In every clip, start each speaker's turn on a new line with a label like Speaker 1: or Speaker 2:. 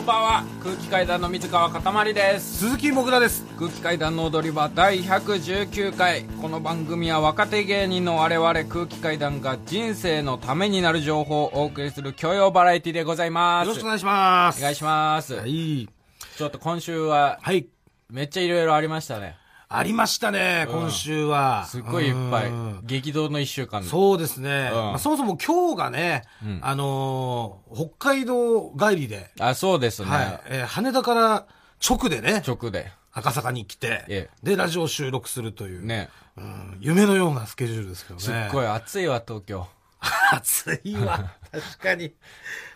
Speaker 1: んばんは空気階段の水川かたまりです
Speaker 2: 鈴木もぐらです
Speaker 1: 空気階段の踊り場第119回この番組は若手芸人の我々空気階段が人生のためになる情報をお送りする教養バラエティでございます
Speaker 2: よろしくお願いします
Speaker 1: お願いします、
Speaker 2: はい
Speaker 1: ちょっと今週は
Speaker 2: はい
Speaker 1: めっちゃいろいろありましたね
Speaker 2: ありましたね、今週は
Speaker 1: すっごいいっぱい
Speaker 2: うん
Speaker 1: 激動の1週間
Speaker 2: そうですね、
Speaker 1: うん
Speaker 2: まあ、そもそも今日がね、あのー北海道帰りで、
Speaker 1: あそうですね、
Speaker 2: はいえー羽田から直でね
Speaker 1: 直で
Speaker 2: 赤坂に来て、
Speaker 1: え
Speaker 2: でラジオ収録するという、
Speaker 1: ね
Speaker 2: うん夢のようなスケジュールですけどね
Speaker 1: すっごい暑いわ東京
Speaker 2: 暑いわ。確かに。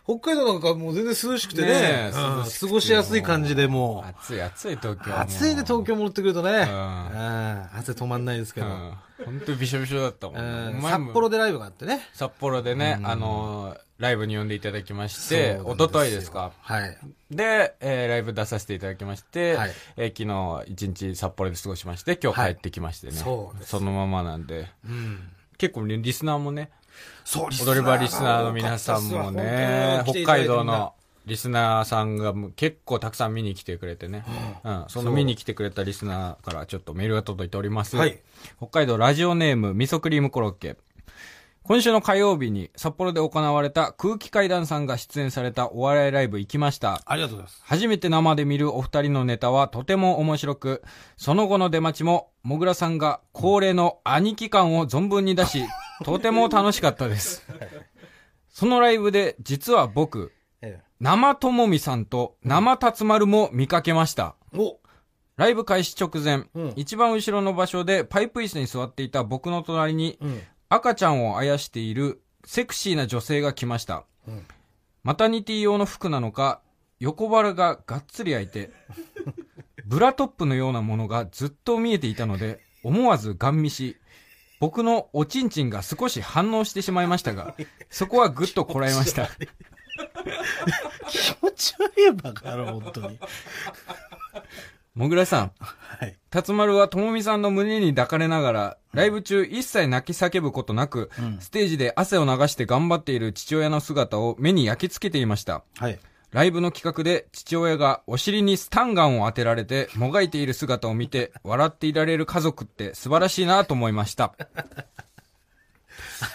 Speaker 2: 北海道なんかもう全然涼しくてね。
Speaker 1: ねえ
Speaker 2: うん
Speaker 1: 涼しくて
Speaker 2: 過ごしやすい感じでもう。
Speaker 1: 暑い暑い東京はもう
Speaker 2: 暑いね、東京戻ってくるとね。うん
Speaker 1: ん
Speaker 2: 汗止まんないですけど。
Speaker 1: うん本当にびしょびしょだったもん、
Speaker 2: うん
Speaker 1: お前
Speaker 2: 札
Speaker 1: も
Speaker 2: 幌でライブがあってね。
Speaker 1: 札幌でね、あのーライブに呼んでいただきまして
Speaker 2: そうなん
Speaker 1: 一
Speaker 2: すよ
Speaker 1: 昨日ですか
Speaker 2: はい。
Speaker 1: で、えーライブ出させていただきまして、
Speaker 2: はい
Speaker 1: えー昨日一日札幌で過ごしまして今日帰ってきましてね、
Speaker 2: はいそうです
Speaker 1: のままなんで
Speaker 2: うん。
Speaker 1: 結構リリスナーもね
Speaker 2: そう、リ
Speaker 1: 踊り場リスナーの皆さんもね北海道の。リスナーさんが結構たくさん見に来てくれてね、うん、その見に来てくれたリスナーからちょっとメールが届いております、
Speaker 2: はい
Speaker 1: 北海道ラジオネームみそクリームコロッケ今週の火曜日に札幌で行われた空気階段さんが出演されたお笑いライブ行きました
Speaker 2: ありがとうございます。
Speaker 1: 初めて生で見るお二人のネタはとても面白く、その後の出待ちも、もぐらさんが恒例の兄貴感を存分に出し、とても楽しかったです。そのライブで、実は僕、
Speaker 2: え
Speaker 1: 生ともみさんと生辰丸も見かけました。
Speaker 2: えお
Speaker 1: ライブ開始直前、
Speaker 2: うん
Speaker 1: 一番後ろの場所でパイプ椅子に座っていた僕の隣に、
Speaker 2: うん。
Speaker 1: 赤ちゃんをあやしているセクシーな女性が来ました。
Speaker 2: うん
Speaker 1: マタニティ用の服なのか、横腹ががっつり開いて、 ブラトップのようなものがずっと見えていたので、思わずガン見し、僕のおちんちんが少し反応してしまいましたが、そこはぐっとこらえました。
Speaker 2: 気持ち悪いバカ野郎、本当に。
Speaker 1: もぐらさん、
Speaker 2: はい。
Speaker 1: 辰丸はともみさんの胸に抱かれながら、ライブ中一切泣き叫ぶことなく、
Speaker 2: うん
Speaker 1: ステージで汗を流して頑張っている父親の姿を目に焼き付けていました。
Speaker 2: はい。
Speaker 1: ライブの企画で父親がお尻にスタンガンを当てられてもがいている姿を見て笑っていられる家族って素晴らしいなと思いました。
Speaker 2: あ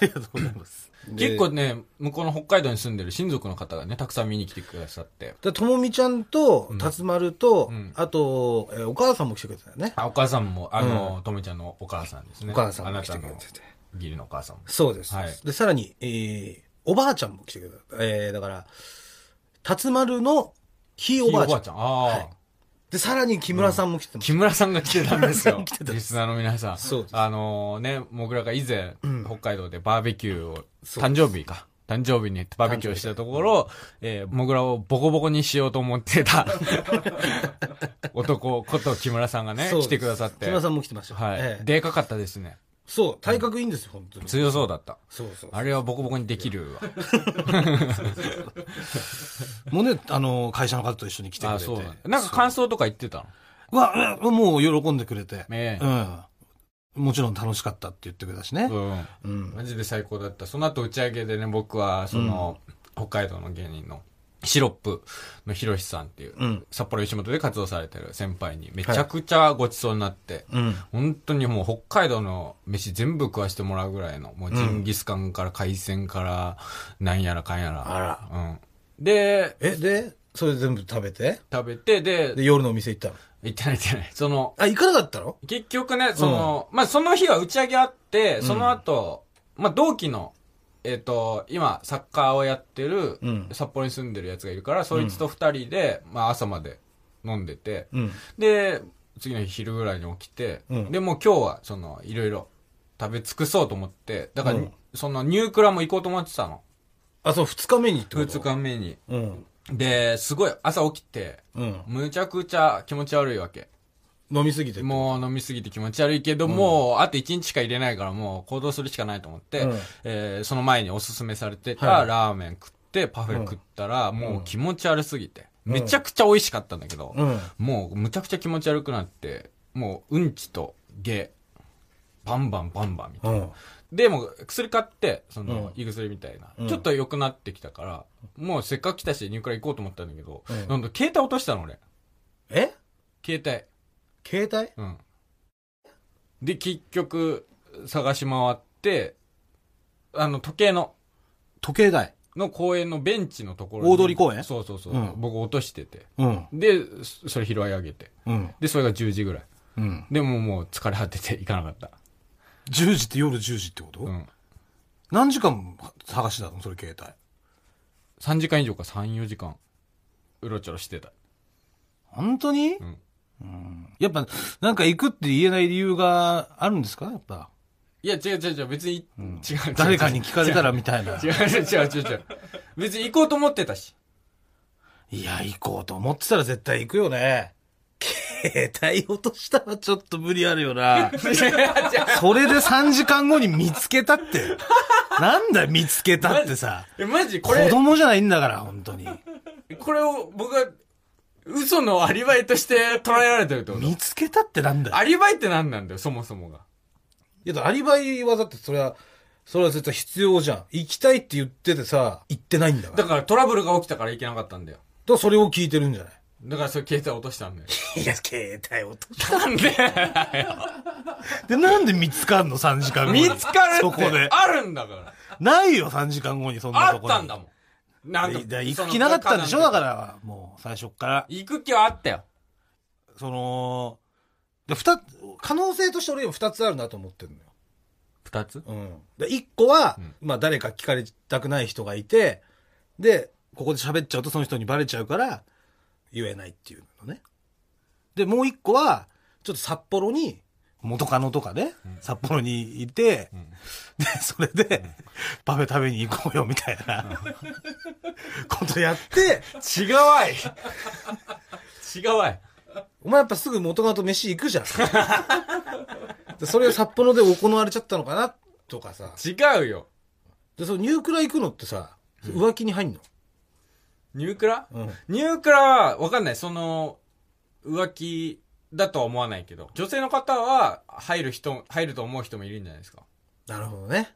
Speaker 2: りがとうございます。
Speaker 1: 結構ね、向こうの北海道に住んでる親族の方がね、たくさん見に来てくださって。
Speaker 2: で、ともみちゃんと、辰丸と、
Speaker 1: うん
Speaker 2: あと、えーお母さんも来てくれてたよね。
Speaker 1: あ、お母さんも、あの、とめちゃんのお母さんですね。
Speaker 2: お母さん
Speaker 1: あ
Speaker 2: も
Speaker 1: な
Speaker 2: 来
Speaker 1: た
Speaker 2: てくれ
Speaker 1: の
Speaker 2: てて。
Speaker 1: 義理のお母さんも。
Speaker 2: そうです。
Speaker 1: はい
Speaker 2: で、さらに、えーおばあちゃんも来てくれた。えーだから、辰丸のひいおばあちゃん。
Speaker 1: ひいああー、
Speaker 2: で、さらに木村さんも来てまし
Speaker 1: 木村さんが来てたんですよ
Speaker 2: 木村さん来てた。んです
Speaker 1: リスナーの皆さん。
Speaker 2: そうです
Speaker 1: あのね、もぐらが以前、北海道でバーベキューを、
Speaker 2: そう
Speaker 1: 誕生日か。誕生日にバーベキューをしてたところ、えー、もぐらをボコボコにしようと思って た男こと木村さんが
Speaker 2: た。
Speaker 1: ね、
Speaker 2: そう
Speaker 1: 来
Speaker 2: です
Speaker 1: てくださって。
Speaker 2: 木村さんも来てました。
Speaker 1: はい、
Speaker 2: ええ
Speaker 1: でかかったですね。
Speaker 2: そう、体格いいんですよ、本当に。
Speaker 1: 強そうだった。
Speaker 2: そうそう。
Speaker 1: あれはボコボコにできるわ。
Speaker 2: もうね、あの、会社の方と一緒に来てく
Speaker 1: あ
Speaker 2: れ
Speaker 1: あ、
Speaker 2: て。
Speaker 1: そうなんだ。なんか感想とか言ってたの
Speaker 2: うわ、うんもう喜んでくれて。
Speaker 1: ね
Speaker 2: うん。もちろん楽しかったって言ってくれたしね。
Speaker 1: うん。
Speaker 2: うん。
Speaker 1: マジで最高だった。その後打ち上げでね、僕は、その、北海道の芸人の、シロップのひろしさんっていう、
Speaker 2: うん
Speaker 1: 札幌吉本で活動されてる先輩に、めちゃくちゃごちそうになって、
Speaker 2: うん。
Speaker 1: 本当にもう北海道の飯全部食わしてもらうぐらいの、もうジンギスカンから海鮮から、なんやらかんやら。
Speaker 2: あら。
Speaker 1: うん。で、
Speaker 2: え、で、それ全部食べて
Speaker 1: 食べて、で、
Speaker 2: で、夜のお店行ったの。
Speaker 1: 行ってない行ってない。その、
Speaker 2: あ、行かなかったの
Speaker 1: 結局ね、その、まあ、その日は打ち上げあって、その後、まあ、同期の、えっ、と、今、サッカーをやってる、
Speaker 2: うん
Speaker 1: 札幌に住んでるやつがいるから、そいつと二人で、まあ、朝まで飲んでて、
Speaker 2: うん。
Speaker 1: で、次の日昼ぐらいに起きて、
Speaker 2: うん
Speaker 1: で、もう今日は、その、いろいろ食べ尽くそうと思って、だから、
Speaker 2: うん
Speaker 1: その、ニュークラも行こうと思ってたの。
Speaker 2: あ、そう、二日目にってこと
Speaker 1: 2日目に。
Speaker 2: うん。
Speaker 1: で、すごい、朝起きて、
Speaker 2: うん。
Speaker 1: むちゃくちゃ気持ち悪いわけ。
Speaker 2: 飲みすぎて。
Speaker 1: もう飲みすぎて気持ち悪いけど、もうあと1日しか入れないからもう行動するしかないと思って、
Speaker 2: うん
Speaker 1: えーその前におすすめされて
Speaker 2: は
Speaker 1: た
Speaker 2: い
Speaker 1: ラーメン食ってパフェ食ったら、もう気持ち悪すぎて、
Speaker 2: ん
Speaker 1: めちゃくちゃ美味しかったんだけど、
Speaker 2: うん。
Speaker 1: もうむちゃくちゃ気持ち悪くなって、もううんちと下、バンバンバンバンみたいな。
Speaker 2: うん。
Speaker 1: でも、薬買って、その、
Speaker 2: うん
Speaker 1: 胃薬みたいな、
Speaker 2: うん
Speaker 1: ちょっと良くなってきたから、もうせっかく来たし、入から行こうと思ったんだけど、
Speaker 2: うん
Speaker 1: なんだ、携帯落としたの俺。
Speaker 2: え
Speaker 1: 携帯。
Speaker 2: 携帯
Speaker 1: うん。で、結局、探し回って、あの、時計の、
Speaker 2: 時計台。
Speaker 1: の公園のベンチのところに
Speaker 2: 大通公園
Speaker 1: そうそうそう。
Speaker 2: うん
Speaker 1: 僕落としてて。
Speaker 2: うん。
Speaker 1: で、そそれ拾い上げて。
Speaker 2: うん。
Speaker 1: で、それが10時ぐらい。
Speaker 2: うん。
Speaker 1: でももう疲れ果てて行かなかった。
Speaker 2: 10時って夜10時ってこと、
Speaker 1: うん。
Speaker 2: 何時間探してたのそれ携帯。
Speaker 1: 3時間以上か3、4時間、うろちょろしてた。
Speaker 2: 本当に、
Speaker 1: うん。
Speaker 2: やっぱ、なんか行くって言えない理由があるんですかや っぱ。
Speaker 1: いや、違う違う違う、別に、違う違う。
Speaker 2: 誰かに聞かれたらみたいな。
Speaker 1: 違う違う違う違う違う。別に行こうと思ってたし。
Speaker 2: いや、行こうと思ってたら絶対行くよね。携帯落としたらちょっと無理あるよ
Speaker 1: 違
Speaker 2: な。
Speaker 1: う違う。
Speaker 2: それで3時間後に見つけたって。なんだよ見つけたってさ。
Speaker 1: え、マジこ
Speaker 2: 子
Speaker 1: れ、
Speaker 2: 供じゃないんだから、本当に。
Speaker 1: これを僕は、嘘のアリバイとして捉えられてるってこと
Speaker 2: 見つけたってなんだよ。
Speaker 1: アリバイって何なんだよ、そもそもが。
Speaker 2: いや、だからアリバイはだってそれは、それは絶対必要じゃん。行きたいって言っててさ、行ってないんだから。
Speaker 1: だ
Speaker 2: だか
Speaker 1: からトラブルが起きたから行けなかったんだよ。
Speaker 2: らそれを聞いてるんじゃな
Speaker 1: だからそれ携帯落としたんだよ。
Speaker 2: いいや、携帯落とし
Speaker 1: なんで
Speaker 2: で、なんで見つかんの ?3 時間後 に。
Speaker 1: 見つかる
Speaker 2: そ
Speaker 1: っ
Speaker 2: こで
Speaker 1: て。あるんだから。
Speaker 2: ないよ、3時間後にそんな
Speaker 1: あ
Speaker 2: と
Speaker 1: っ
Speaker 2: ころ
Speaker 1: た
Speaker 2: に
Speaker 1: んだもん。なんか
Speaker 2: いや行く気なかったんでしょだか。ら、もう、最初っから。
Speaker 1: 行く気はあったよ。
Speaker 2: その、で二つ可能性として俺今2つあるなと思ってるのよ。
Speaker 1: 二つ
Speaker 2: うん。で、1個は、
Speaker 1: うん
Speaker 2: まあ誰か聞かれたくない人がいて、で、ここで喋っちゃうとその人にバレちゃうから、言えないっていうのね。で、もう1個は、ちょっと札幌に、元カノとかね、
Speaker 1: ん
Speaker 2: 札幌にいて、
Speaker 1: ん
Speaker 2: で、それで、パフェ食べに行こうよみたいな、 ことやって、
Speaker 1: 違わい。違わい。
Speaker 2: お前やっぱすぐ元カノと飯行くじゃん。でそれを札幌で行われちゃったのかなとかさ。
Speaker 1: 違うよ。
Speaker 2: で、そのニュークラ行くのってさ、浮気に入んの、
Speaker 1: ニュークラ
Speaker 2: うん、
Speaker 1: ニュークラは、わかんない。その、浮気だとは思わないけど、女性の方は、入る人、入ると思う人もいるんじゃないですか。
Speaker 2: なるほどね。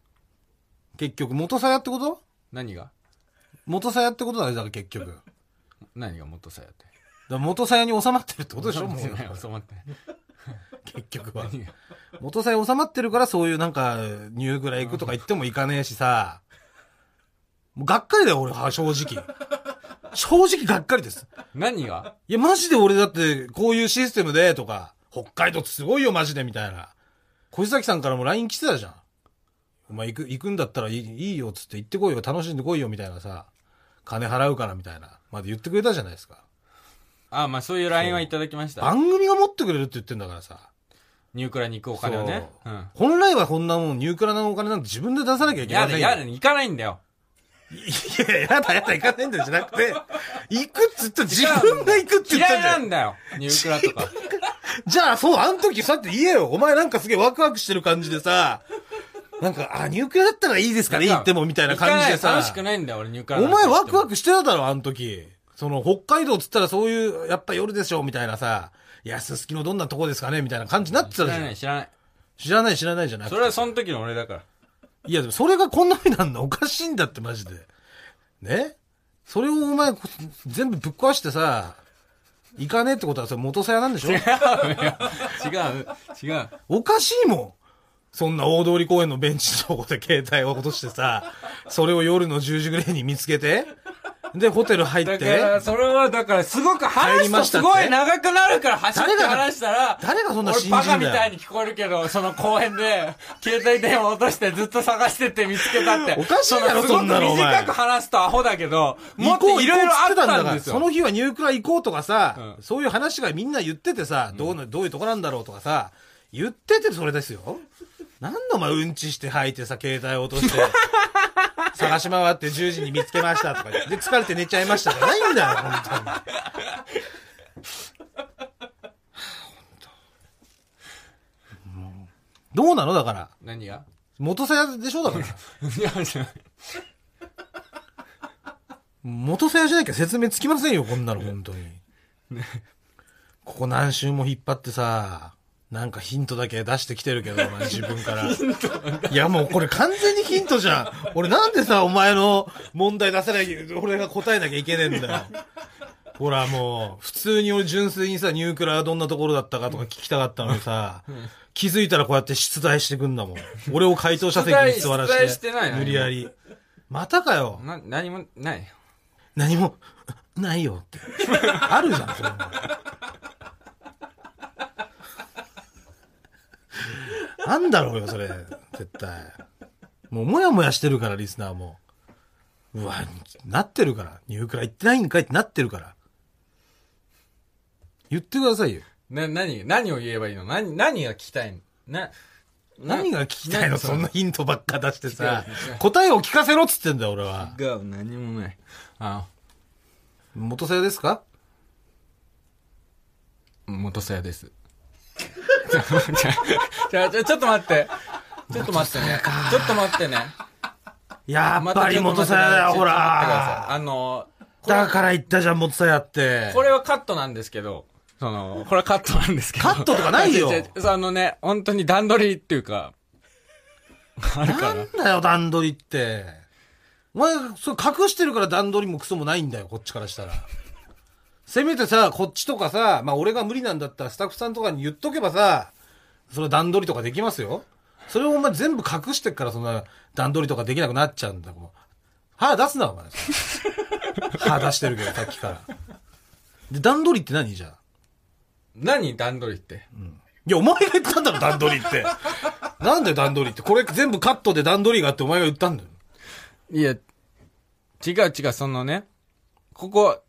Speaker 2: 結局、元さやってこと
Speaker 1: 何が
Speaker 2: 元さやってことだね、だから結局。だか
Speaker 1: 何が元さやって。
Speaker 2: ら元さやに収まってるってことでしょ、もう。
Speaker 1: 収まって ない収まってない。
Speaker 2: 結局 は。
Speaker 1: 何が
Speaker 2: 元さや収まってるから、そういうなんか、ニュークラ行くとか行っても行かねえしさ。もうがっかりだよ、俺は、正直。正直がっかりです。
Speaker 1: 何が
Speaker 2: いや、マジで俺だって、こういうシステムで、とか、北海道ってすごいよ、マジで、みたいな。小石崎さんからも LINE 来てたじゃん。お前行く、行くんだったらいいいいよ、つって行ってこいよ、楽しんでこいよ、みたいなさ。金払うから、みたいな。まで言ってくれたじゃないですか。
Speaker 1: あ、まあそういう LINE はいただきました。
Speaker 2: 番組が持ってくれるって言ってんだからさ。
Speaker 1: ニュークラに行くお金をね。。
Speaker 2: そううん本来はこんなもん、ニュークラのお金なんて自分で出さなきゃいけ
Speaker 1: や
Speaker 2: ない。
Speaker 1: だ、やだ、行かないんだよ。
Speaker 2: いや、やだ、やだ、行かねえんだよ、じゃなくて。行くっつったら自分が行くって言
Speaker 1: 嫌
Speaker 2: ったじゃ
Speaker 1: い
Speaker 2: ん。
Speaker 1: なんだよ。ニュークラとか。
Speaker 2: じゃあ、そう、あの時さって言えよ。お前なんかすげえワクワクしてる感じでさ、なんか、あ、ニュークラだったらいいですかね、行ってもみたいな感じで
Speaker 1: 行かない
Speaker 2: さ
Speaker 1: 楽し、くないんだよ、俺ニュークラ
Speaker 2: お前ワクワ
Speaker 1: ク。
Speaker 2: クしてただろ、あの時。その、北海道っつったらそういう、やっぱ夜でしょ、みたいなさ、いや、すすきのどんなとこですかね、みたいな感じになって
Speaker 1: 知
Speaker 2: たじ
Speaker 1: ら
Speaker 2: ゃ
Speaker 1: なんい、。知らない。
Speaker 2: 知らない、知らないじゃなく
Speaker 1: そ
Speaker 2: て。
Speaker 1: れはその時の俺だから。
Speaker 2: いや、でもそれがこんなふうになんのおかしいんだって、マジで。ねそれをお前、こ全部ぶっ壊してさ、行かねえってことは、それ元さやなんでしょ
Speaker 1: 違う、違う。
Speaker 2: おかしいもん。そんな大通公園のベンチのとこで携帯を落としてさ、それを夜の10時ぐらいに見つけて、で、ホテル入っ
Speaker 1: だか
Speaker 2: て、
Speaker 1: ら、それは、だから、すごく話
Speaker 2: 帰り
Speaker 1: す
Speaker 2: ま
Speaker 1: と
Speaker 2: した
Speaker 1: す
Speaker 2: って
Speaker 1: ごい長くなるから、走って
Speaker 2: 誰が
Speaker 1: 話したら、
Speaker 2: 誰がそんな
Speaker 1: 俺
Speaker 2: 信じんだ
Speaker 1: バ
Speaker 2: よ
Speaker 1: カみたいに聞こえるけど、その公園で、携帯電話落としてずっと探してって見つけたって。
Speaker 2: おかしいだ
Speaker 1: の
Speaker 2: ろ
Speaker 1: すご
Speaker 2: そ
Speaker 1: く
Speaker 2: んなのお前
Speaker 1: 短く話すとアホだけど、も
Speaker 2: 行
Speaker 1: っ
Speaker 2: こう
Speaker 1: と
Speaker 2: 行
Speaker 1: い
Speaker 2: こ
Speaker 1: ろ
Speaker 2: う
Speaker 1: い
Speaker 2: っ
Speaker 1: ろ
Speaker 2: つ
Speaker 1: あ
Speaker 2: って
Speaker 1: った
Speaker 2: ん
Speaker 1: た
Speaker 2: だか
Speaker 1: んで
Speaker 2: ら、
Speaker 1: すよ。
Speaker 2: その日はニュークラ行こうとかさ、
Speaker 1: うん
Speaker 2: そういう話がみんな言っててさ、どうなどういうとこなんだろうとかさ、言っててそれですよ。なんだお前うんちして吐いてさ、携帯落と して、探し回って10時に見つけましたとか言って、で、疲れて寝ちゃいましたじゃないんだよ、本 当に。どうなのだから。
Speaker 1: 何が
Speaker 2: 元さやでしょだから。
Speaker 1: いやじゃない
Speaker 2: 元さやじゃなきゃ説明つきませんよ、こんなの、本当に。ここ何週も引っ張ってさ、なんかヒントだけ出してきてるけど、お前自分から。いや、もうこれ完全にヒントじゃん。俺なんでさ、お前の問題出さなきゃ、俺が答えなきゃいけねえんだよ。ほら、もう、普通に俺純粋にさ、ニュークラはどんなところだったかとか聞きたかったのにさ、気づいたらこうやって出題してくんだもん。俺を回答者席に座ら
Speaker 1: 出題
Speaker 2: せ、
Speaker 1: しててないの
Speaker 2: 無理やり。またかよ。
Speaker 1: な何もない
Speaker 2: 何も、ないよって。あるじゃん、それも。なんだろうよ、それ。絶対。もう、もやもやしてるから、リスナーも。うわ、なってるから。ニュークラ行ってないんかいってなってるから。言ってくださいよ。
Speaker 1: な何何を言えばいいの何何が聞きたいのなな
Speaker 2: 何が聞きたいの
Speaker 1: な
Speaker 2: そんなヒントばっか出してさ
Speaker 1: 違う違う。
Speaker 2: 答えを聞かせろっつってんだよ、俺は。
Speaker 1: 違う何もないあ
Speaker 2: 元瀬ですか
Speaker 1: 元さやですちょちょちょちょっと待ってちょっと待ってねちょっと待ってね
Speaker 2: やっぱり
Speaker 1: ちょっと待
Speaker 2: 元
Speaker 1: って
Speaker 2: 瀬だよ、
Speaker 1: ちょちょっと待ってください
Speaker 2: ほら。
Speaker 1: あのこれ
Speaker 2: だから言ったじゃん、元さやって。
Speaker 1: これはカットなんですけどそのこれはカットなんですけど
Speaker 2: カットとかないよ
Speaker 1: 違う違う違うあのね本当に段取りっていうかあるか
Speaker 2: な
Speaker 1: ら
Speaker 2: んだよ、段取りって。お前、それ隠してるから段取りもクソもないんだよ、こっちからしたら。せめてさ、こっちとかさ、まあ俺が無理なんだったらスタッフさんとかに言っとけばさ、それ段取りとかできますよ。それをお前全部隠してっから、そんな段取りとかできなくなっちゃうんだよ。もう歯出すな、お前。歯出してるけど、さっきから。で、段取りって何じゃあ。
Speaker 1: 何段取りって
Speaker 2: いや、お前が言ったんだろ、段取りって。なんで段取りって。これ全部カットで段取りがあってお前が言ったんだよ。
Speaker 1: いや、違う違う、そのね、ここ、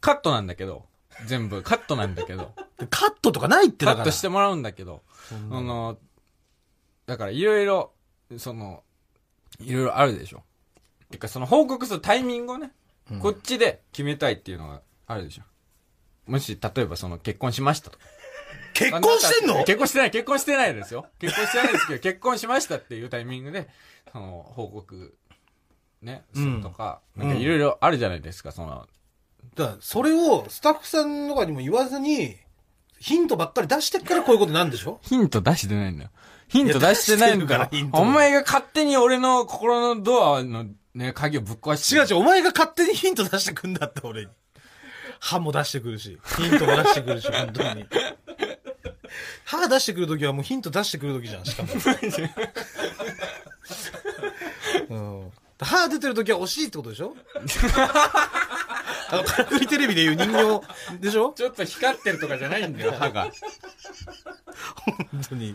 Speaker 1: カットなんだけど、全部、カットなんだけど、
Speaker 2: でカットとかないって
Speaker 1: カ
Speaker 2: だか
Speaker 1: ッ
Speaker 2: ら。
Speaker 1: トしてもらうんだけど、あの、だからいろいろ、その、いろいろあるでしょ。てか、その報告するタイミングをね、こっちで決めたいっていうのがあるでしょ。もし、例えばその、結婚しましたとか。
Speaker 2: 結婚してんの
Speaker 1: 結婚してない、結婚してないですよ。結婚してないですけど、結婚しましたっていうタイミングで、その、報告、ね、するとか、
Speaker 2: うん
Speaker 1: なんかいろいろあるじゃないですか、その、
Speaker 2: だからそれをスタッフさんとかにも言わずに、ヒントばっかり出してっからこういうことなんでしょ
Speaker 1: ヒント出してないんだよ。ヒント出してないんだ
Speaker 2: いや
Speaker 1: よ
Speaker 2: 出してるからヒン。ト
Speaker 1: お前が勝手に俺の心のドアのね、鍵をぶっ壊して。
Speaker 2: 違う違う、お前が勝手にヒント出してくんだって俺に。歯も出してくるし、ヒントも出して くるし、本当に。歯出してくるときはもうヒント出してくるときじゃん、しかも。うん歯出てるときは惜しいってことでし ょあの、からくりテレビで言う人形でしょ
Speaker 1: ちょっと光ってるとかじゃないんだよ、歯が。
Speaker 2: 本当に。だ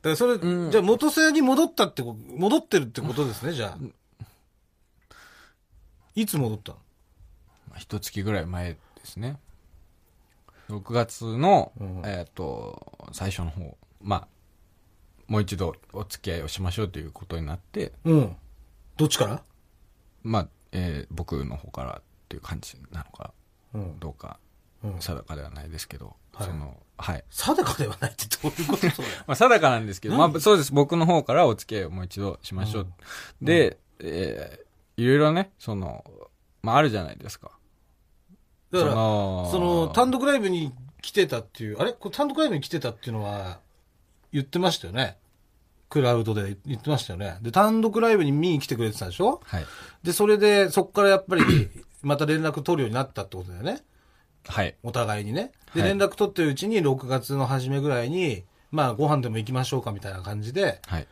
Speaker 2: からそれ、
Speaker 1: うん
Speaker 2: じゃあ元瀬に戻ったってこ戻ってるってことですね、じゃあ。いつ戻ったの
Speaker 1: まあ一月ぐらい前ですね。6月の、
Speaker 2: うん
Speaker 1: えっ、と、最初の方、まあ、もう一度お付き合いをしましょうということになって、
Speaker 2: うん。どっちから
Speaker 1: まあ、えー僕の方からっていう感じなのか
Speaker 2: うん。
Speaker 1: どうか
Speaker 2: うん。
Speaker 1: 定かではないですけど、
Speaker 2: はい
Speaker 1: その、はい。
Speaker 2: 定かではないってどういうことそれ。
Speaker 1: まあ、定かなんですけど、ま
Speaker 2: 何
Speaker 1: あ、そうです。僕の方からお付き合いをもう一度しましょう。で、えーいろいろね、その、まあ、あるじゃないですか。
Speaker 2: だから、
Speaker 1: の
Speaker 2: その、単独ライブに来てたっていう、あれこれ単独ライブに来てたっていうのは、言ってましたよね。クラウドで言ってましたよね。で、単独ライブに見に来てくれてたでしょ
Speaker 1: はい。
Speaker 2: で、それで、そっからやっぱり、 また連絡取るようになったってことだよね。
Speaker 1: はい。
Speaker 2: お互いにね。で、
Speaker 1: はい
Speaker 2: 連絡取ってるうちに、6月の初めぐらいに、まあ、ご飯でも行きましょうかみたいな感じで、
Speaker 1: はい。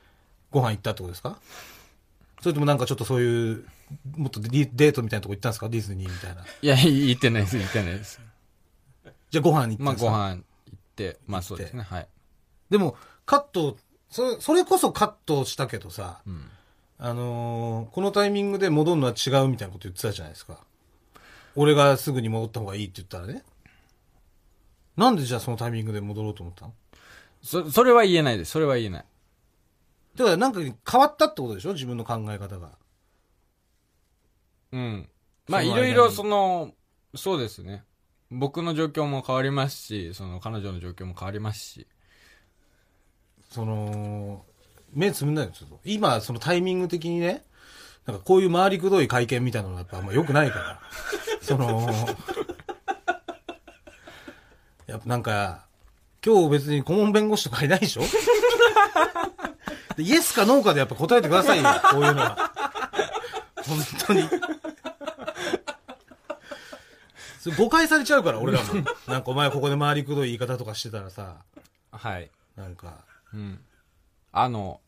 Speaker 2: ご飯行ったってことですかそれともなんかちょっとそういう、もっとディデートみたいなとこ行ったんですかディズニーみたいな。
Speaker 1: いや、言ってないです、言ってない です。
Speaker 2: じゃあご飯行ったん
Speaker 1: まあ、
Speaker 2: ですか
Speaker 1: ご飯行って、まあそうですね、はい。
Speaker 2: でも、カット、それ、それこそカットしたけどさ、
Speaker 1: うん。
Speaker 2: あのーこのタイミングで戻るのは違うみたいなこと言ってたじゃないですか。俺がすぐに戻った方がいいって言ったらね。なんでじゃあそのタイミングで戻ろうと思ったの
Speaker 1: そ、それは言えないです、それは言えない。
Speaker 2: だからなんか変わったってことでしょ自分の考え方が。
Speaker 1: うん。まあ、
Speaker 2: そ
Speaker 1: い
Speaker 2: の
Speaker 1: ろ
Speaker 2: 間に
Speaker 1: いろ、その、そうですね。僕の状況も変わりますし、その、彼女の状況も変わりますし。
Speaker 2: その、目つむんないんですよ。今、そのタイミング的にね、なんかこういう回りくどい会見みたいなのがやっぱあんま良くないから。その、やっぱなんか、今日別に顧問弁護士とかいないでしょでイエスかノーかでやっぱ答えてくださいよ、こういうのは。本当に。それ誤解されちゃうから、俺らも。なんかお前ここで回りくどい言い方とかしてたらさ、
Speaker 1: はい。
Speaker 2: なんか、
Speaker 1: うん。あの、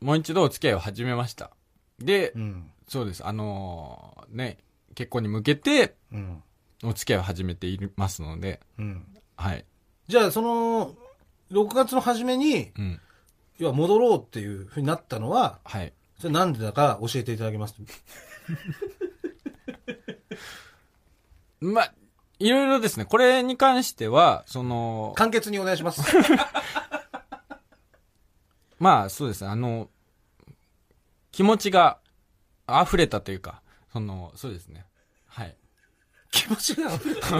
Speaker 1: もう一度お付き合いを始めました。で、
Speaker 2: うん、
Speaker 1: そうです。あのーね、結婚に向けて
Speaker 2: うん、
Speaker 1: お付き合いを始めていますので、
Speaker 2: うん。
Speaker 1: はい。
Speaker 2: じゃあ、その、6月の初めに、
Speaker 1: うん。
Speaker 2: 要は戻ろうっていうふうになったのは、
Speaker 1: はい。
Speaker 2: それなんでだか教えていただけます
Speaker 1: まあ、いろいろですね。これに関しては、その、
Speaker 2: 簡潔にお願いします。
Speaker 1: まあ、そうですね。あの、気持ちが溢れたというか、その、そうですね。はい。
Speaker 2: 気持ちが溢れた。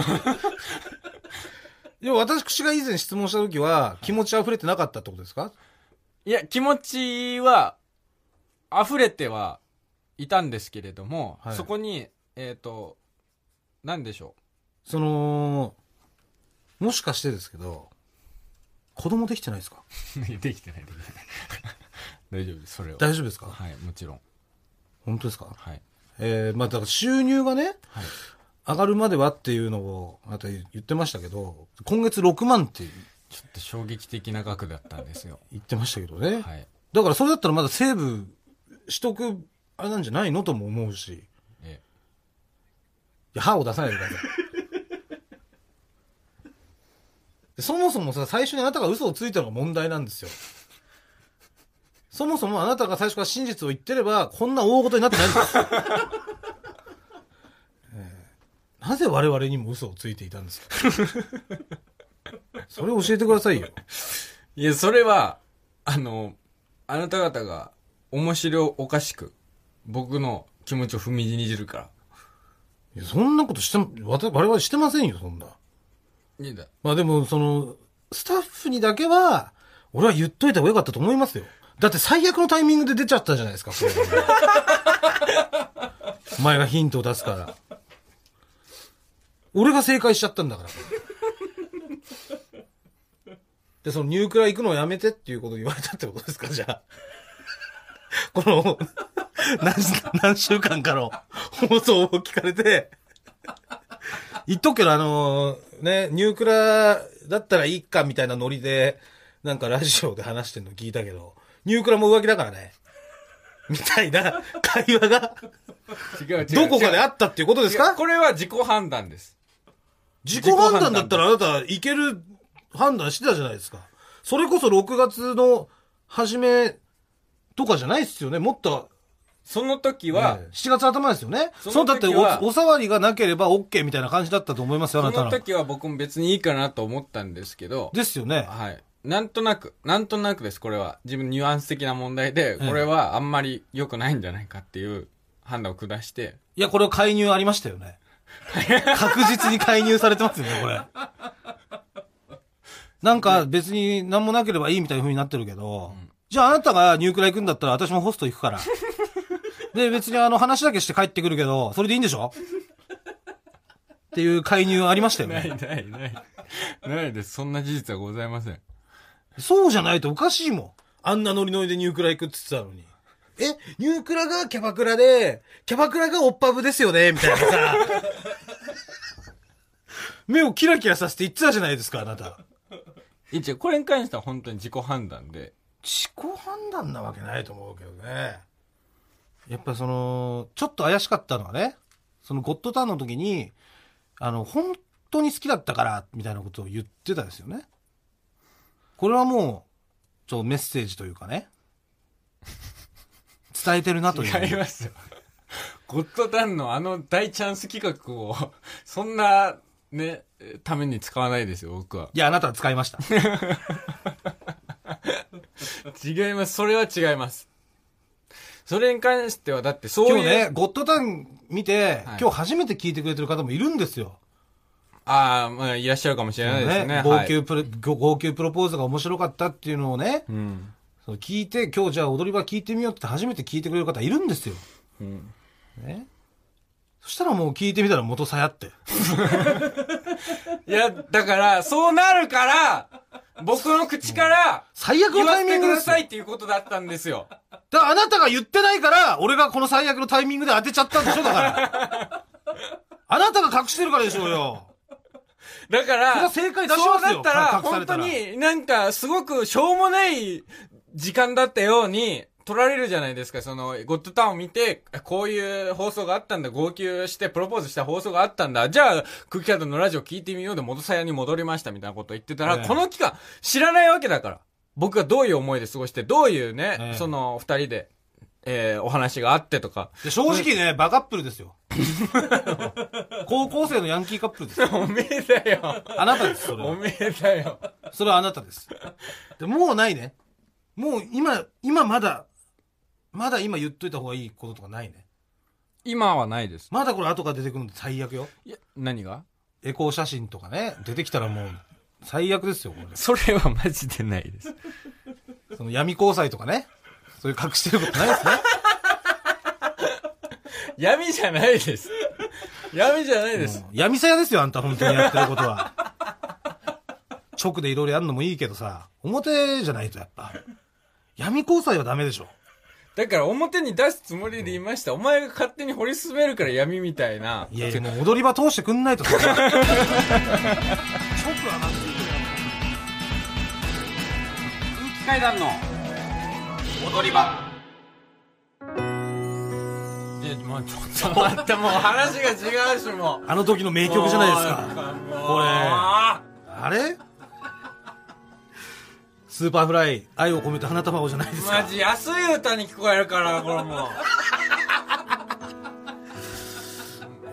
Speaker 2: でも私が以前質問した時は、気持ち溢れてなかったってことですか
Speaker 1: いや、気持ちは、溢れてはいたんですけれども、
Speaker 2: はい
Speaker 1: そこに、えっ、と、なんでしょ
Speaker 2: その、もしかしてですけど、子供できてないですか
Speaker 1: う。 できてない、できてない。大丈夫です、それは。
Speaker 2: 大丈夫ですか
Speaker 1: はい、もちろん。
Speaker 2: 本当ですか
Speaker 1: はい。
Speaker 2: えー、まあだから収入がね、
Speaker 1: はい
Speaker 2: 上がるまではっていうのを、あなた言ってましたけど、今月6万って
Speaker 1: ちょっと衝撃的な額だったんです よ。
Speaker 2: 言ってましたけどね。
Speaker 1: はい。
Speaker 2: だからそれだったらまだセーブ取得、あれなんじゃないのとも思うし。
Speaker 1: ええ
Speaker 2: いや、歯を出さないでください。でそもそもさ、最初にあなたが嘘をついたのが問題なんですよ。そもそもあなたが最初から真実を言ってれば、こんな大事になってないんですよ、えーなぜ我々にも嘘をついていたんですかそれを教えてくださいよ。
Speaker 1: いや、それは、あの、あなた方が面白おかしく、僕の気持ちを踏みにじるから。
Speaker 2: いやそんなことしても、わた我々してませんよ、そんな。
Speaker 1: いいんだ。
Speaker 2: まあでも、その、スタッフにだけは、俺は言っといた方がよかったと思いますよ。だって最悪のタイミングで出ちゃったじゃないですか、 これお前がヒントを出すから。俺が正解しちゃったんだから。で、そのニュークラ行くのをやめてっていうことを言われたってことですか、じゃあ。この、何、何週間かの放送を聞かれて、言っとくけど、あのね、ニュークラだったらいいかみたいなノリで、なんかラジオで話してんの聞いたけど、ニュークラも浮気だからね。みたいな 会話が、
Speaker 1: 違う違う。
Speaker 2: どこかであ
Speaker 1: っ
Speaker 2: ったっていうことですか
Speaker 1: これは自己判断です。
Speaker 2: 自己判断だったらあなたいける判断してたじゃないですか。それこそ6月の初めとかじゃないっすよね。もっと、
Speaker 1: その時は、
Speaker 2: 7月頭ですよね。
Speaker 1: そ
Speaker 2: そ
Speaker 1: の
Speaker 2: のだって
Speaker 1: 時は
Speaker 2: おお触りがなければ OK みたいな感じだったと思いますよ、
Speaker 1: そ
Speaker 2: あなた
Speaker 1: の
Speaker 2: の。
Speaker 1: 時は僕も別にいいかなと思ったんですけど、
Speaker 2: ですよね。
Speaker 1: はい。なんとなく、なんとなくです、これは。自分ニュアンス的な問題で、
Speaker 2: ええ
Speaker 1: これはあんまり良くないんじゃないかっていう判断を下して、
Speaker 2: いや、これは介入ありましたよね。確実に介入されてますよね、これ。なんか別に何もなければいいみたいな風になってるけど、じゃああなたがニュークラ行くんだったら私もホスト行くから。で、別にあの話だけして帰ってくるけど、それでいいんでしょっていう介入ありましたよ
Speaker 1: な
Speaker 2: ね。
Speaker 1: いないない。 ないです。そんな事実はございません。
Speaker 2: そうじゃないとおかしいもん。あんなノリノリでニュークラ行くって言ってたのに。え、ニュークラがキャバクラで、キャバクラがオッパブですよねみたいなさ。 目をキラキラさせて言ってたじゃないですか、あなた。
Speaker 1: 一応、これに関しては本当に自己判断で、
Speaker 2: 自己判断なわけないと思うけどね。やっぱその、ちょっと怪しかったのはね、そのゴッドターンの時に、あの、本当に好きだったから、みたいなことを言ってたんですよね。これはもう、ちょ、メッセージというかね、伝えてるなという。
Speaker 1: 違いますよ。ゴッドタンのあの大チャンス企画を、そんな、ね、ために使わないですよ、僕は。
Speaker 2: いや、あなたは使いました。
Speaker 1: 違います。それは違います。それに関しては、だってそう
Speaker 2: 今
Speaker 1: い
Speaker 2: 日
Speaker 1: う。
Speaker 2: ね、ゴッドターン見て、
Speaker 1: はい
Speaker 2: 今日初めて聞いてくれてる方もいるんですよ。
Speaker 1: ああ、まあ、いらっしゃるかもしれないですね。
Speaker 2: ね号
Speaker 1: はい、
Speaker 2: 泣プロ、号泣プロポーズが面白かったっていうのをね、
Speaker 1: うん。
Speaker 2: その聞いて、今日じゃあ踊り場聞いてみようって初めて聞いてくれる方いるんですよ。
Speaker 1: うん。
Speaker 2: ね。そしたらもう聞いてみたら元さやって。
Speaker 1: いや、だから、そうなるから、僕の口から、
Speaker 2: 最悪
Speaker 1: 言
Speaker 2: の
Speaker 1: わ
Speaker 2: タ
Speaker 1: せ
Speaker 2: イミ
Speaker 1: て
Speaker 2: ン
Speaker 1: く
Speaker 2: グで
Speaker 1: だ
Speaker 2: す
Speaker 1: さ
Speaker 2: よ
Speaker 1: いっていうことだったんですよ。
Speaker 2: だからあなたが言ってないから、俺がこの最悪のタイミングで当てちゃったんでしょだから。 あなたが隠してるからでしょうよ。
Speaker 1: だか
Speaker 2: それ
Speaker 1: ら、
Speaker 2: は正解出しますよ
Speaker 1: そうなったら、
Speaker 2: 隠さ
Speaker 1: 本当
Speaker 2: れたら
Speaker 1: になんか、すごくしょうもない時間だったように、取られるじゃないですか。その、ゴッドタウンを見て、こういう放送があったんだ、号泣して、プロポーズした放送があったんだ、じゃあ、クッキャドのラジオ聞いてみようで、元さやに戻りましたみたいなこと言ってたら、
Speaker 2: ええ
Speaker 1: この期間、知らないわけだから。僕がどういう思いで過ごして、どういうね、
Speaker 2: ええ
Speaker 1: その、二人で、えーお話があってとか。
Speaker 2: で正直ね、バカップルですよ。高校生のヤンキーカップルですよ。
Speaker 1: おめえだよ。
Speaker 2: あなたです、それ
Speaker 1: お
Speaker 2: は。
Speaker 1: めえだよ。
Speaker 2: それはあなたです。でもうないね。もう今、今まだ、まだ今言っといた方がいいこととかないね。
Speaker 1: 今はないです。
Speaker 2: まだこれ後から出てくるの最悪よ。
Speaker 1: いや、何が
Speaker 2: エコー写真とかね、出てきたらもう、最悪ですよ、これ。
Speaker 1: それはマジでないです。
Speaker 2: その闇交際とかね。そういう隠してることないですね。
Speaker 1: 闇じゃないです。闇じゃないです。
Speaker 2: 闇さやですよ、あんた本当にやってることは。直でいろいろやるのもいいけどさ、表じゃないとやっぱ。闇交際はダメでしょ。
Speaker 1: だから表に出すつもりで言いました。お前が勝手に掘り進めるから闇みたいな。
Speaker 2: いやいや、もう踊り場通してくんないとさ。直はまずい
Speaker 3: 階段の踊り場
Speaker 1: いやまあちょっと待 って、もう話が違うし、もう。
Speaker 2: あの時の名曲じゃないですか。これ
Speaker 1: れ。
Speaker 2: あれスーパーフライ、愛を込めて花束をじゃないです
Speaker 1: マ。
Speaker 2: か
Speaker 1: ジ安い歌に聞こえるから、これもう。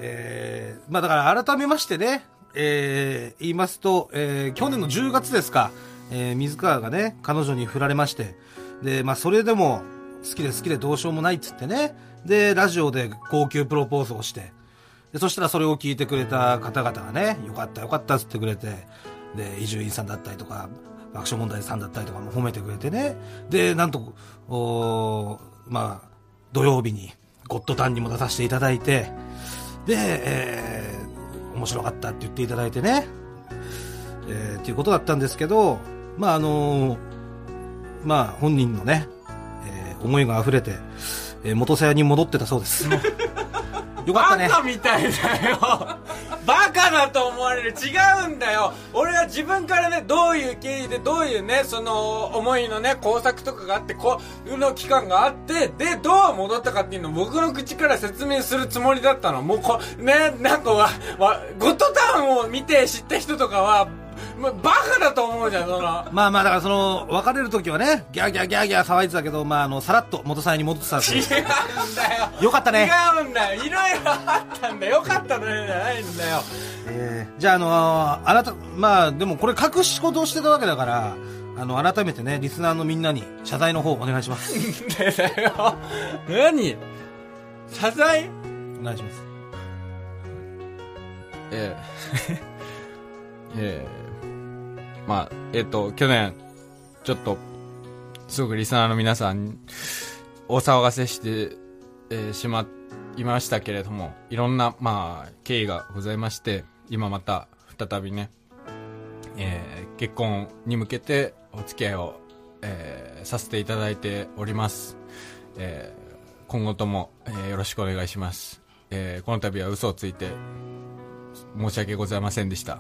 Speaker 2: えーまあだから改めましてね、えー言いますと、えー去年の10月ですか、えー水川がね、彼女に振られまして、で、まあそれでも、好きで好きでどうしようもないっつってね、で、ラジオで高級プロポーズをして、でそしたらそれを聞いてくれた方々がね、よかったよかったっつってくれて、で、伊集院さんだったりとか、爆笑問題さんだったりとかも褒めてくれてね、で、なんと、おーまあ、土曜日に、ゴッドタンにも出させていただいて、で、えー面白かったって言っていただいてね、えーっていうことだったんですけど、まああのーまあ本人のね、えー思いが溢れて、えー元さやに戻ってたそうです。よかった
Speaker 1: バ
Speaker 2: ね。
Speaker 1: カみたいだよバカだと思われる違うんだよ俺は自分からねどういう経緯でどういうねその思いのね工作とかがあってこうの期間があってでどう戻ったかっていうのを僕の口から説明するつもりだったのもうこねなんかわわゴッドタウンを見て知った人とかはまバカだと思うじゃんその
Speaker 2: まあまあ、だからその、別れる時はね、ギャーギャーギャーギャー騒いでたけど、まああの、さらっと元さんに戻ってた ん
Speaker 1: 違う
Speaker 2: で
Speaker 1: んだよ
Speaker 2: よかったね。
Speaker 1: 違うんだよいろいろあったんだよよかったねじゃないんだよ
Speaker 2: えーじゃあ、あのーあなた、まあ、でもこれ隠し事をしてたわけだから、あの、改めてね、リスナーのみんなに謝罪の方お願いします。
Speaker 1: だよ。何謝罪
Speaker 2: お願いします。
Speaker 1: え え。ええ。まあ、えっ、と、去年、ちょっと、すごくリスナーの皆さん、お騒がせして、えーしまいましたけれども、いろんな、まあ、経緯がございまして、今また、再びね、えー結婚に向けてお付き合いを、えーさせていただいております。えー今後とも、えーよろしくお願いします。えーこの度は嘘をついて、申し訳ございませんでした。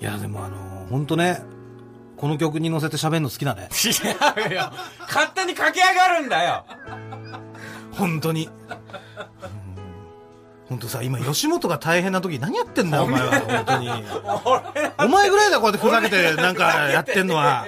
Speaker 2: いや、でもあのー、ほんとね、この曲に乗せて喋るの好きだね。
Speaker 1: 違うよ勝手に駆け上がるんだよ
Speaker 2: 本当に。うん本当さ、今、吉本が大変な時何やってんだよ、お前は。本当に。お前ぐらいだよ、こうやってふざけて、なんかやってんのは。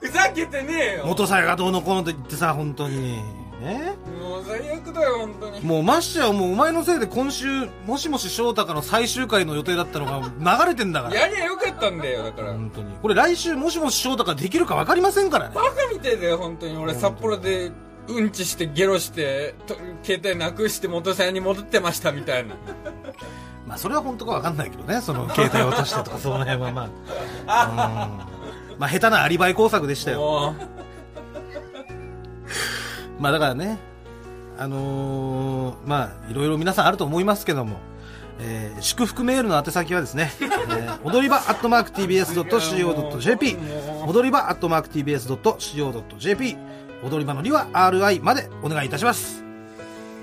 Speaker 1: ふざけてねえよ
Speaker 2: 元さやがどうのこうのと言ってさ、本当に。ね
Speaker 1: もう最悪だよ、本当に。
Speaker 2: もうマッシャーはもうお前のせいで今週、もしもし翔太かの最終回の予定だったのが流れてんだから。
Speaker 1: やりゃよかったんだよ、だから。
Speaker 2: 本当に。これ来週もしもし翔太かできるか分かりませんからね。
Speaker 1: バカみてえだよ、本当に。俺、札幌で、うんちして、ゲロして、と携帯なくして元さんに戻ってました、みたいな。
Speaker 2: まあそれは本当か分かんないけどね、その携帯渡したとか その辺はまあ。うんまあ下手なアリバイ工作でしたよ。
Speaker 1: もう、
Speaker 2: まあだからね、あのーまあいろいろ皆さんあると思いますけども、えー祝福メールの宛先はですね、えー踊り場 at mark tbs.co.jp 踊り場 at mark tbs.co.jp 踊り場のりは RI までお願いいたします、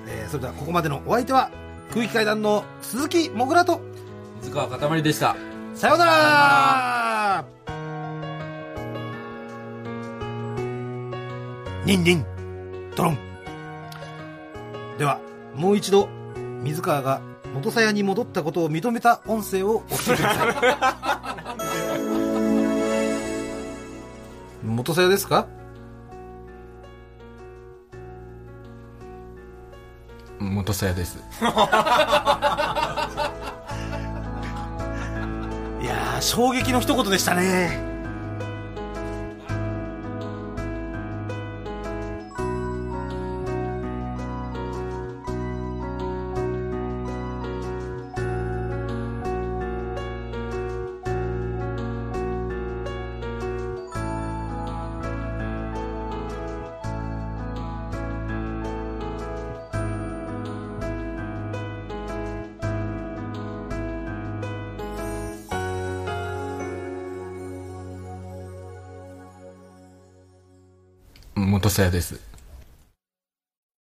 Speaker 2: えーそれではここまでのお相手は空気階段の鈴木もぐらと
Speaker 1: 塚川かたまりでした
Speaker 2: さようならニンニンドロンではもう一度水川が元さやに戻ったことを認めた音声をお聞きくださ い元さやですか
Speaker 1: 元さやです
Speaker 2: いやー衝撃の一言でしたね
Speaker 1: 元さやです